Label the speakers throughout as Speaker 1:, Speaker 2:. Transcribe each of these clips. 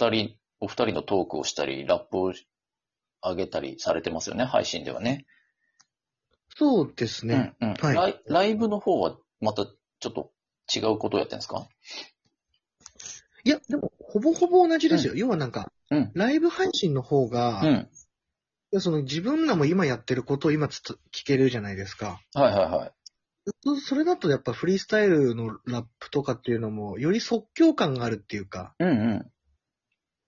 Speaker 1: 二人、お二人のトークをしたり、ラップを上げたりされてますよね、配信ではね。
Speaker 2: そうですね。
Speaker 1: うんうん
Speaker 2: はい
Speaker 1: ライ。ライブの方はまたちょっと違うことをやってるんですか
Speaker 2: いや、でも、ほぼほぼ同じですよ。要はなんか、
Speaker 1: うん
Speaker 2: ライブ配信の方が、
Speaker 1: う
Speaker 2: い
Speaker 1: ん。
Speaker 2: やその自分らも今やってることを今つつ聞けるじゃないですか。
Speaker 1: はいはいはい。
Speaker 2: そそれだとやっぱフリースタイルのラップとかっていうのも、より即興感があるっていうか、
Speaker 1: うんうん。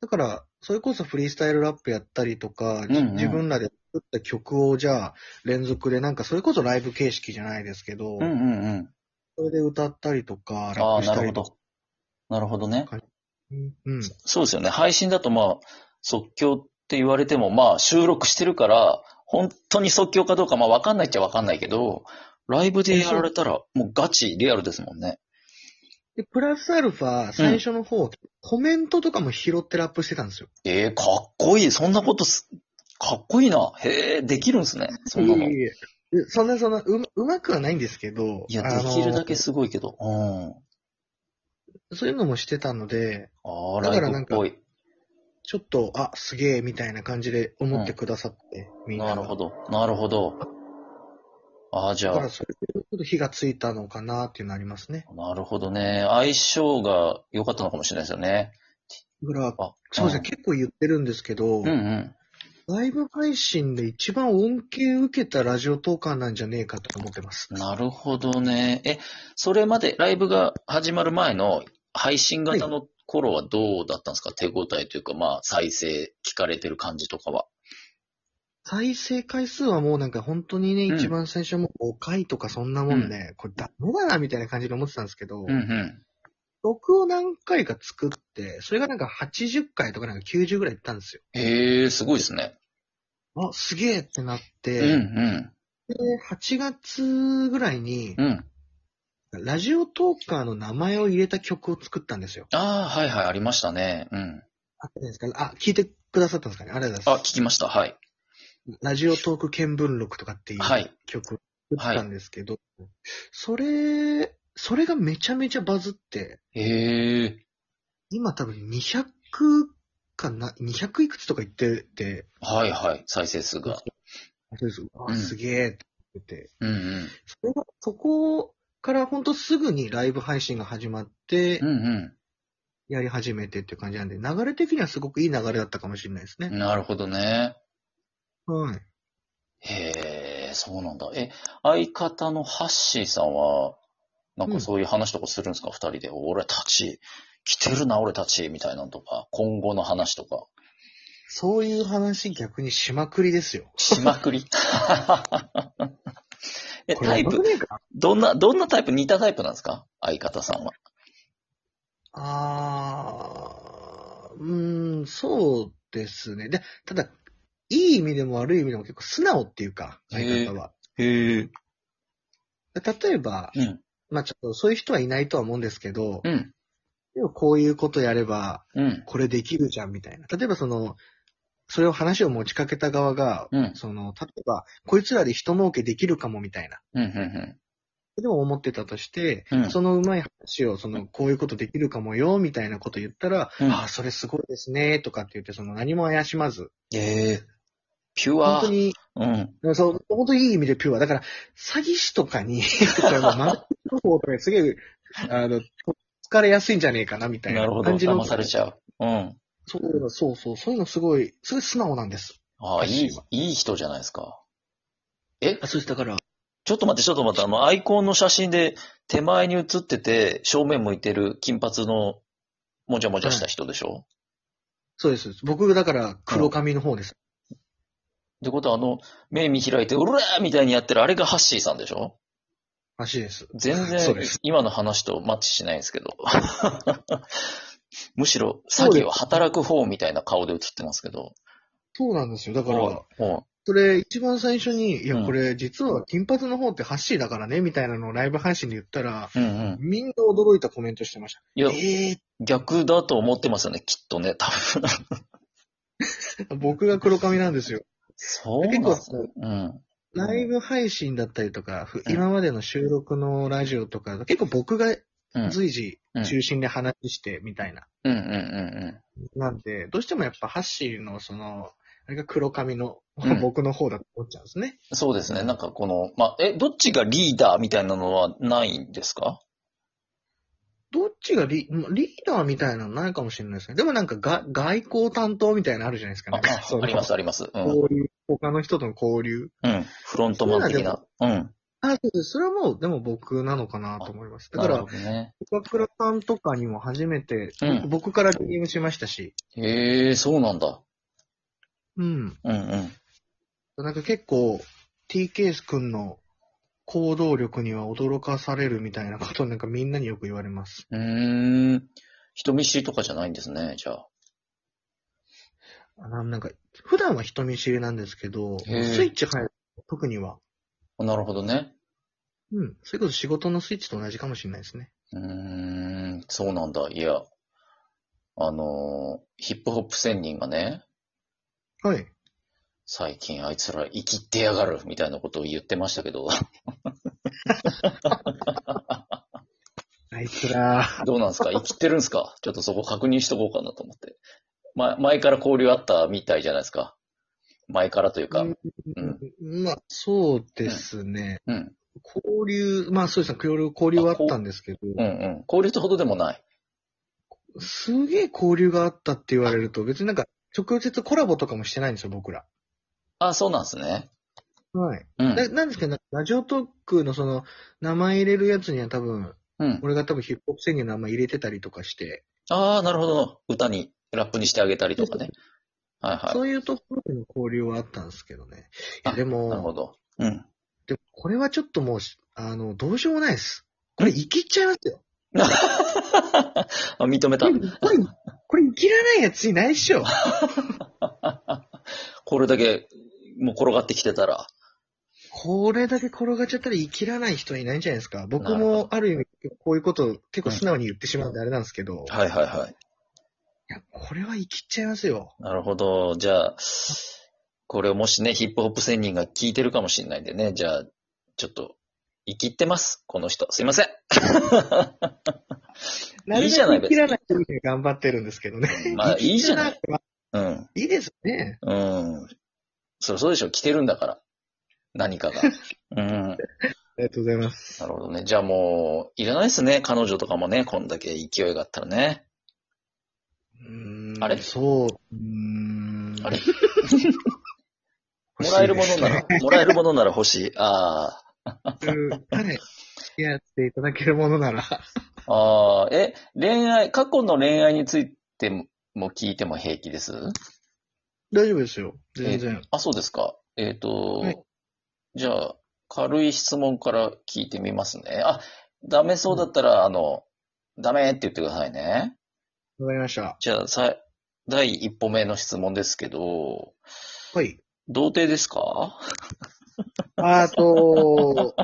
Speaker 2: だから、それこそフリースタイルラップやったりとか、
Speaker 1: うんうん
Speaker 2: 自分らで作った曲をじゃあ連続でなんか、それこそライブ形式じゃないですけど、
Speaker 1: うんうんうん。
Speaker 2: それで歌ったりとか、ラ
Speaker 1: あ
Speaker 2: ッ
Speaker 1: あ、
Speaker 2: プし
Speaker 1: な
Speaker 2: た
Speaker 1: るほ
Speaker 2: りとか。
Speaker 1: ど。なるほどね。
Speaker 2: うん。
Speaker 1: そうですよね。配信だとまあ、即興って言われても、まあ、収録してるから、本当に即興かどうか、まあ、わかんないっちゃわかんないけど、ライブでやられたら、もうガチ、リアルですもんね。
Speaker 2: で、プラスアルファ、最初の方、コメントとかも拾ってラップしてたんですよ。
Speaker 1: ええかっこいい。そんなことす、かっこいいな。へえ、できるんすね。そんなの。い
Speaker 2: えええそんな、そんな、う、うまくはないんですけど、
Speaker 1: や、
Speaker 2: あ
Speaker 1: で
Speaker 2: の
Speaker 1: きるだけすごいけど。うん。
Speaker 2: そういうのもしてたので、
Speaker 1: ああ、
Speaker 2: だ
Speaker 1: ラ
Speaker 2: か
Speaker 1: イ
Speaker 2: ら
Speaker 1: ブ
Speaker 2: な
Speaker 1: っ
Speaker 2: んか
Speaker 1: ぽい。
Speaker 2: ちょっと、あ、すげえ、みたいな感じで思ってくださって、みんな
Speaker 1: な
Speaker 2: が。
Speaker 1: るほど。なるほど。ああ、じ
Speaker 2: だ
Speaker 1: ゃ
Speaker 2: か
Speaker 1: あ
Speaker 2: ら、、それでちょっと火がついたのかなっていうのありますね。
Speaker 1: なるほどね。相性が良かったのかもしれないですよね。
Speaker 2: だから、
Speaker 1: あ、
Speaker 2: そうですね、結構言ってるんですけど、
Speaker 1: うんうん。
Speaker 2: ライブ配信で一番恩恵受けたラジオトーカーなんじゃねえかと思ってます。
Speaker 1: なるほどね。え、それまで、ライブが始まる前の配信型の頃はどうだったんですか、手応えというか、まあ、再生、聞かれてる感じとかは。
Speaker 2: 再生回数はもうなんか本当にね、
Speaker 1: うん
Speaker 2: 一番最初も5回とかそんなもんで、これダメだなみたいな感じで思ってたんですけど、
Speaker 1: うんうん。
Speaker 2: 録を何回か作って、それがなんか80回とかなんか90ぐらいいったんですよ。
Speaker 1: へえ、すごいですね。
Speaker 2: あ、すげえってなっ
Speaker 1: う
Speaker 2: て、
Speaker 1: んうん。
Speaker 2: で8月ぐらいに、
Speaker 1: うん。
Speaker 2: ラジオトーカーの名前を入れた曲を作ったんですよ。
Speaker 1: ああ、はいはい、ありましたね。うん。
Speaker 2: あったんですかあ、聞いてくださったんですかねありがとうござ
Speaker 1: あ、
Speaker 2: います。
Speaker 1: 聞きました。はい。
Speaker 2: ラジオトーク見聞録とかっていう
Speaker 1: はい
Speaker 2: 曲を作ったんですけど、それ、それがめちゃめちゃバズって、
Speaker 1: へえ。
Speaker 2: 今多分200かな、200いくつとか言ってて、
Speaker 1: はいはい、再生数が。
Speaker 2: あそうです
Speaker 1: う
Speaker 2: あ、
Speaker 1: ん
Speaker 2: すげえって言って、
Speaker 1: うんうん。
Speaker 2: それが、そこから本当すぐにライブ配信が始まって
Speaker 1: う、ん
Speaker 2: やり始めてっていう感じなんで、流れ的にはすごくいい流れだったかもしれないです
Speaker 1: う
Speaker 2: ね。
Speaker 1: ん。なるほどね。
Speaker 2: はい。
Speaker 1: へえ、そうなんだ。え、相方のハッシーさんは、なんかそういう話とかするんですか、二人で。俺たち、来てるな、俺たち、みたいなのとか、今後の話とか、
Speaker 2: そういう話逆にしまくりですよ。
Speaker 1: しまく り。え、
Speaker 2: これ
Speaker 1: タイ
Speaker 2: 危
Speaker 1: プ、
Speaker 2: ねえか
Speaker 1: どんな、どんなタイプ、似たタイプなんですか相方さんは。
Speaker 2: あー、うーん、そうですね。で、ただ、いい意味でも悪い意味でも結構素直っていうか、相方は。
Speaker 1: へえ。
Speaker 2: 例えば、
Speaker 1: うん。
Speaker 2: まあちょっとそういう人はいないとは思うんですけど、
Speaker 1: うん。
Speaker 2: でもこういうことやれば、
Speaker 1: うん。
Speaker 2: これできるじゃんみたいな。例えばその、それを話を持ちかけた側が、
Speaker 1: うん。
Speaker 2: その、例えば、こいつらで人儲けできるかもみたいな。
Speaker 1: うん。うん。
Speaker 2: でも思ってたとして、
Speaker 1: うん
Speaker 2: そのうまい話を、その、こういうことできるかもよ、みたいなこと言ったら、
Speaker 1: うん
Speaker 2: ああ、それすごいですね、とかって言って、その何も怪しまず、
Speaker 1: ええ。ピュア。
Speaker 2: 本当に、
Speaker 1: うん。
Speaker 2: そう、本当にいい意味でピュア。だから、詐欺師とかに、 とか、まあ、情報とかにすげえ、あの、疲れやすいんじゃねえかな、みたい
Speaker 1: な
Speaker 2: な
Speaker 1: るほど。
Speaker 2: 感じの。
Speaker 1: 騙されちゃう。うん。
Speaker 2: そういうの、そうそう、そういうのすごい、すごい素直なんです。
Speaker 1: ああ、い
Speaker 2: ハッ
Speaker 1: い
Speaker 2: シーは、
Speaker 1: いい人じゃないですか。え
Speaker 2: あ、そうです、だから、
Speaker 1: ちょっと待って、ちょっと待って、あの、アイコンの写真で手前に写ってて、正面向いてる金髪のもじゃもじゃした人でしょ、っ
Speaker 2: そうです。僕、だから、黒髪の方です。
Speaker 1: てことは、あの、目見開いて、うらーみたいにやってるあれがハッシーさんでしょ
Speaker 2: らしいです。
Speaker 1: 全
Speaker 2: そう
Speaker 1: 然
Speaker 2: です、
Speaker 1: 今の話とマッチしないんですけ ど。むしろ、詐欺は働く方みたいな顔で写ってますけど。
Speaker 2: そうなんですよ。だか
Speaker 1: おい
Speaker 2: ら、
Speaker 1: おい
Speaker 2: それ、一番最初に、いや
Speaker 1: う、ん
Speaker 2: これ、実は金髪の方ってハッシーだからね、みたいなのをライブ配信で言ったら、
Speaker 1: うんうん。
Speaker 2: みんな驚いたコメントしてました。
Speaker 1: いや、
Speaker 2: え
Speaker 1: 逆だと思ってますよね、きっとね、多分。
Speaker 2: えー、僕が黒髪なんですよ。
Speaker 1: そうなんですね。うん。
Speaker 2: ライブ配信だったりとか、ふ
Speaker 1: うん
Speaker 2: 今までの収録のラジオとか、結構僕が
Speaker 1: うん。
Speaker 2: 随時中心で話してみたいな。
Speaker 1: うんうんうん
Speaker 2: なんで、どうしてもやっぱハッシーのその、あれが黒髪の
Speaker 1: うん
Speaker 2: 僕の方だと思っちゃうんですね。
Speaker 1: うん。そうですね。なんかこの、まあ、え、どっちがリーダーみたいなのはないんですか
Speaker 2: どっちがリリーダーみたいなのないかもしれないですね。でもなんかが外交担当みたいなのあるじゃないですか、
Speaker 1: あ
Speaker 2: ね。
Speaker 1: あ
Speaker 2: その
Speaker 1: ありますあります。うん。
Speaker 2: 交流、他の人との交流。
Speaker 1: うん。フロントマン的な。うん。
Speaker 2: あ、そうです。それはもう、でも僕なのかなと思います。だか
Speaker 1: な
Speaker 2: ら
Speaker 1: るほ、どね。
Speaker 2: 岡倉さんとかにも初めて、
Speaker 1: うん
Speaker 2: 僕から DM しましたし、
Speaker 1: へえ、そうなんだ。
Speaker 2: うん。
Speaker 1: うんうん。
Speaker 2: なんか結構、TKS 君の行動力には驚かされるみたいなことをなんかみんなによく言われます。
Speaker 1: うーん。人見知りとかじゃないんですね、じゃあ。
Speaker 2: あななんか、普段は人見知りなんですけど、ス
Speaker 1: へえ
Speaker 2: イッチ入る、特には。
Speaker 1: なるほどね。
Speaker 2: うん。それこそ仕事のスイッチと同じかもしれないですね。
Speaker 1: うーん、そうなんだ。いや、あのー、ヒップホップ仙人がね、
Speaker 2: はい。
Speaker 1: 最近あいつら生きてやがるみたいなことを言ってましたけ ど、
Speaker 2: あいつら、
Speaker 1: どうなんですか生きてるんですかちょっとそこ確認しとこうかなと思って。ま、前から交流あったみたいじゃないですか。前からというか。うん、
Speaker 2: まあ、そうですね。
Speaker 1: うん、
Speaker 2: 交流、まあそうですね、交流、交流はあったんですけど、
Speaker 1: うん。交流ってほどでもない。
Speaker 2: すげえ交流があったって言われると、別になんか、直接コラボとかもしてないんですよ、僕ら。
Speaker 1: あ、そうなんですね。
Speaker 2: はい。
Speaker 1: う、
Speaker 2: なんなんですけど、なんかラジオトークのその、名前入れるやつには多分、
Speaker 1: うん。
Speaker 2: 俺が多分ヒップホップ宣言の名前入れてたりとかして、
Speaker 1: ああ、なるほど。歌に、ラップにしてあげたりとかね。はいは
Speaker 2: そういうところでの交流はあったんですけどね。い
Speaker 1: あ
Speaker 2: や、で
Speaker 1: い。なるほ
Speaker 2: も、
Speaker 1: ど。うん。
Speaker 2: でもこれはちょっともう、あの、どうしようもないです。これ、生きっちゃいますよ。
Speaker 1: あ認めた
Speaker 2: こ。れ、これ、これ生きらないやついないっしょ。
Speaker 1: これだけ、もう転がってきてたら。
Speaker 2: これだけ転がっちゃったら生きらない人いないんじゃないですか。僕
Speaker 1: なるほ
Speaker 2: も、ある意味、こういうこと、結構素直に言ってしまうんであれなんですけど、い
Speaker 1: はいはいはい。
Speaker 2: や、これは生きっちゃいますよ。
Speaker 1: なるほど。じゃあ、これをもしね、ヒップホップ仙人が聞いてるかもしれないんでね。じゃあ、ちょっと、生きってます。この人。すいません。
Speaker 2: なる
Speaker 1: い
Speaker 2: べ
Speaker 1: じゃない
Speaker 2: く生きらない人に頑張ってるんですけどね。
Speaker 1: まあ、
Speaker 2: 生
Speaker 1: いい
Speaker 2: き
Speaker 1: じ
Speaker 2: て
Speaker 1: ゃな。
Speaker 2: ない
Speaker 1: うん。
Speaker 2: いいですね。
Speaker 1: うん。そりゃそうでしょ。来てるんだから。何かが。うん。
Speaker 2: ありがとうございます。
Speaker 1: なるほどね。じゃあもう、いらないですね。彼女とかもね、こんだけ勢いがあったらね。
Speaker 2: うーん
Speaker 1: あれ
Speaker 2: そう。うーん。
Speaker 1: あれ
Speaker 2: 欲
Speaker 1: も
Speaker 2: しい
Speaker 1: らえ
Speaker 2: ですね
Speaker 1: るものなら、もらえるものなら欲しい。あ
Speaker 2: はい。付き合っていただけるものなら。
Speaker 1: あ。ああ、え、恋愛、過去の恋愛についてもも聞いても平気です
Speaker 2: 大丈夫ですよ。全然。
Speaker 1: あ、そうですか。えっ、と、
Speaker 2: はい
Speaker 1: じゃあ、軽い質問から聞いてみますね。あ、ダメそうだったら、あの、ダメって言ってくださいね。
Speaker 2: わかりました。
Speaker 1: じゃあ、さい、第一歩目の質問ですけど、
Speaker 2: はい。
Speaker 1: 童貞ですか
Speaker 2: あと、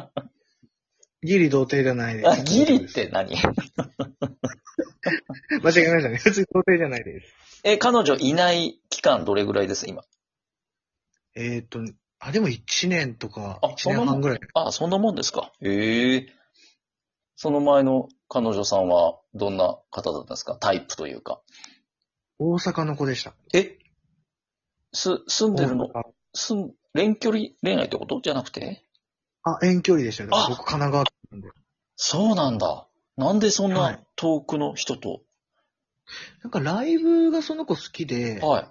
Speaker 2: ギリ童貞じゃないで
Speaker 1: あ、
Speaker 2: す。
Speaker 1: ギリって何
Speaker 2: 間違えましたね。普通に童貞じゃないです。
Speaker 1: え、彼女いない期間どれぐらいです今。
Speaker 2: えっ、と、あ、でも1年とか、
Speaker 1: あ
Speaker 2: 1年半ぐらい。
Speaker 1: あ、そんなもんですか。ええその前の彼女さんはどんな方だったんですかタイプというか。
Speaker 2: 大阪の子でした。
Speaker 1: えす、住んで
Speaker 2: 大
Speaker 1: るの
Speaker 2: 阪
Speaker 1: 住ん、遠距離恋愛ってことじゃなくて
Speaker 2: あ、遠距離でしたよ。だから僕、神奈川県なんで。
Speaker 1: そうなんだ。なんでそん
Speaker 2: は
Speaker 1: ない遠くの人と。
Speaker 2: なんかライブがその子好きで、
Speaker 1: はい。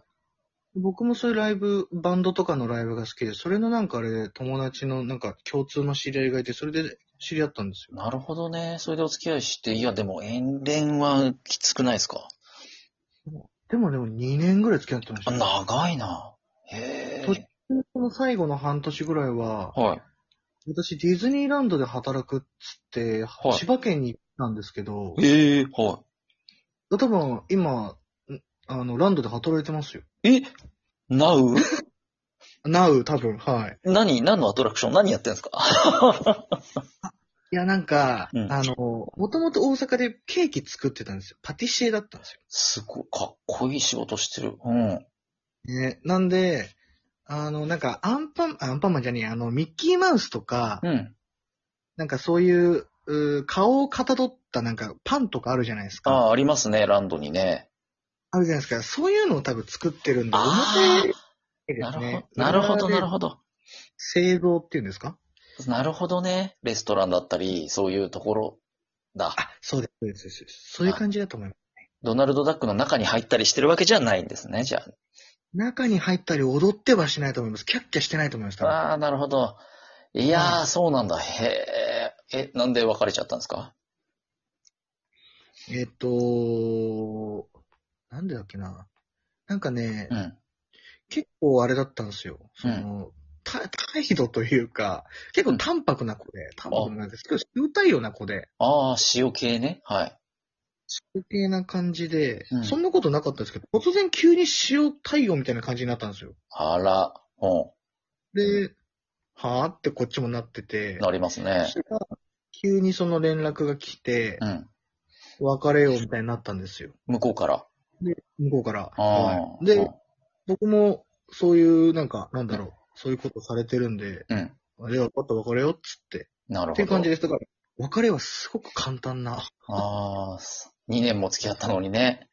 Speaker 2: 僕もそういうライブ、バンドとかのライブが好きで、それのなんかあれで友達のなんか共通の知り合いがいて、それで知り合ったんですよ。
Speaker 1: なるほどね。それでお付き合いして、いや、でも遠恋はきつくないですか
Speaker 2: でもでも2年ぐらい付き合ってまし
Speaker 1: あ
Speaker 2: たね。
Speaker 1: 長いな。へ
Speaker 2: と
Speaker 1: え。
Speaker 2: この最後の半年ぐらいは、
Speaker 1: はい。
Speaker 2: 私ディズニーランドで働くっつって、
Speaker 1: はい
Speaker 2: 千葉県に行ったんですけど、
Speaker 1: ええは
Speaker 2: 多分今、んあの、ランドで働いてますよ。
Speaker 1: い。えなう
Speaker 2: なう、多分、はい。
Speaker 1: 何何のアトラクション何やってんですか
Speaker 2: いや、なんか、
Speaker 1: うん
Speaker 2: あの、もともと大阪でケーキ作ってたんですよ。パティシエだったんです
Speaker 1: すごい、かっこいい仕事してる。うん。
Speaker 2: よ。ね、なんで、あの、なんか、アンパン、アンパンマンじゃねえ、あの、ミッキーマウスとか、
Speaker 1: うん。
Speaker 2: なんかそういう、うー顔をかたどっったなんかパンとかあるじゃないです
Speaker 1: あ
Speaker 2: か。
Speaker 1: あ、ありますね、ランドにね。
Speaker 2: あるじゃないですか。そういうのを多分作ってるんで、
Speaker 1: あ
Speaker 2: 表で
Speaker 1: な
Speaker 2: す
Speaker 1: るほ
Speaker 2: ね
Speaker 1: ど、。なるほど、なる
Speaker 2: ど。
Speaker 1: ほど。
Speaker 2: 製造っていうんですか
Speaker 1: なるほどね。レストランだったり、そういうところだ。
Speaker 2: あ、そうです、そうですそうです。そういう感じだと思います。
Speaker 1: ドナルドダックの中に入ったりしてるわけじゃないんですね、じゃ
Speaker 2: 中に入ったり踊ってはしないと思います。キャッキャしてないと思います。多
Speaker 1: あ。
Speaker 2: 分
Speaker 1: ああ、なるほど。いや
Speaker 2: は
Speaker 1: ー、そうなんだ。へえ。え、なんで別れちゃったんですか
Speaker 2: えっと、なんでだっけな。なんかね、
Speaker 1: うん。
Speaker 2: 結構あれだったんですよ。その、た態度というか、結構淡白な子で、淡白なんですけど、塩対応な子で、
Speaker 1: ああ、塩系ね。はい。
Speaker 2: 余計な感じで、
Speaker 1: うん
Speaker 2: そんなことなかったんですけど、突然急に塩対応みたいな感じになったんですよ。
Speaker 1: あら、う
Speaker 2: で、はぁってこっちもなってて
Speaker 1: ん、、なります
Speaker 2: そ
Speaker 1: ね
Speaker 2: し。たら急にその連絡が来て
Speaker 1: う、ん。
Speaker 2: 別れようみたいになったんですよ。
Speaker 1: 向こうから。
Speaker 2: 向こうから。
Speaker 1: あ
Speaker 2: は
Speaker 1: あ。
Speaker 2: い、で
Speaker 1: う、
Speaker 2: 僕も、そういう、なんか、なんだろう、そういうことされてるん
Speaker 1: ん
Speaker 2: で、
Speaker 1: うん。
Speaker 2: あれは分かった別れよっつって、
Speaker 1: なるほど。
Speaker 2: っていう感じです。だから、別れはすごく簡単な。
Speaker 1: ああ、2年も付き合ったのにね。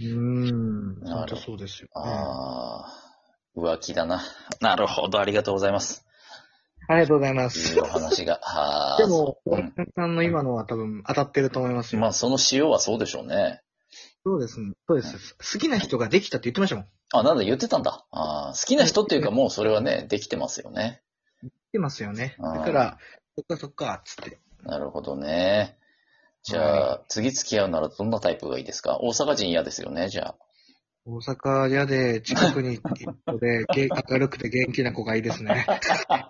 Speaker 2: うーん。
Speaker 1: なるほど
Speaker 2: 本当そうですよ、ね。
Speaker 1: ああ、浮気だな。なるほど、ありがとうございます。
Speaker 2: ありがとうございま
Speaker 1: い
Speaker 2: す
Speaker 1: い。お話 が。はあ。
Speaker 2: でも、
Speaker 1: う
Speaker 2: お
Speaker 1: ん。
Speaker 2: 客さんの今のは多分当たってると思いますよ。
Speaker 1: まあ、その塩はそうでしょうね。
Speaker 2: そうですね。そうです。好きな人ができたって言ってましたもん。
Speaker 1: あ、なんだ、言ってたんだ。ああ、好きな人っていうか、もうそれはね、できてますよね。
Speaker 2: 来てますよね。
Speaker 1: あー
Speaker 2: だから、そっかそっか、つって。
Speaker 1: なるほどね。じゃあ、次付き合うならどんなタイプがいいですか大阪人嫌ですよね、じゃあ。
Speaker 2: 大阪屋で近くに行って ので、げ明るくて元気な子がいいです ね。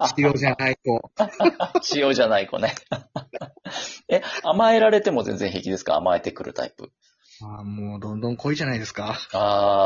Speaker 2: 必要じゃない子。
Speaker 1: 塩じゃない子ね。 え、甘えられても全然平気ですか甘えてくるタイプ。
Speaker 2: あーもうどんどん濃いじゃないですか。
Speaker 1: ああ、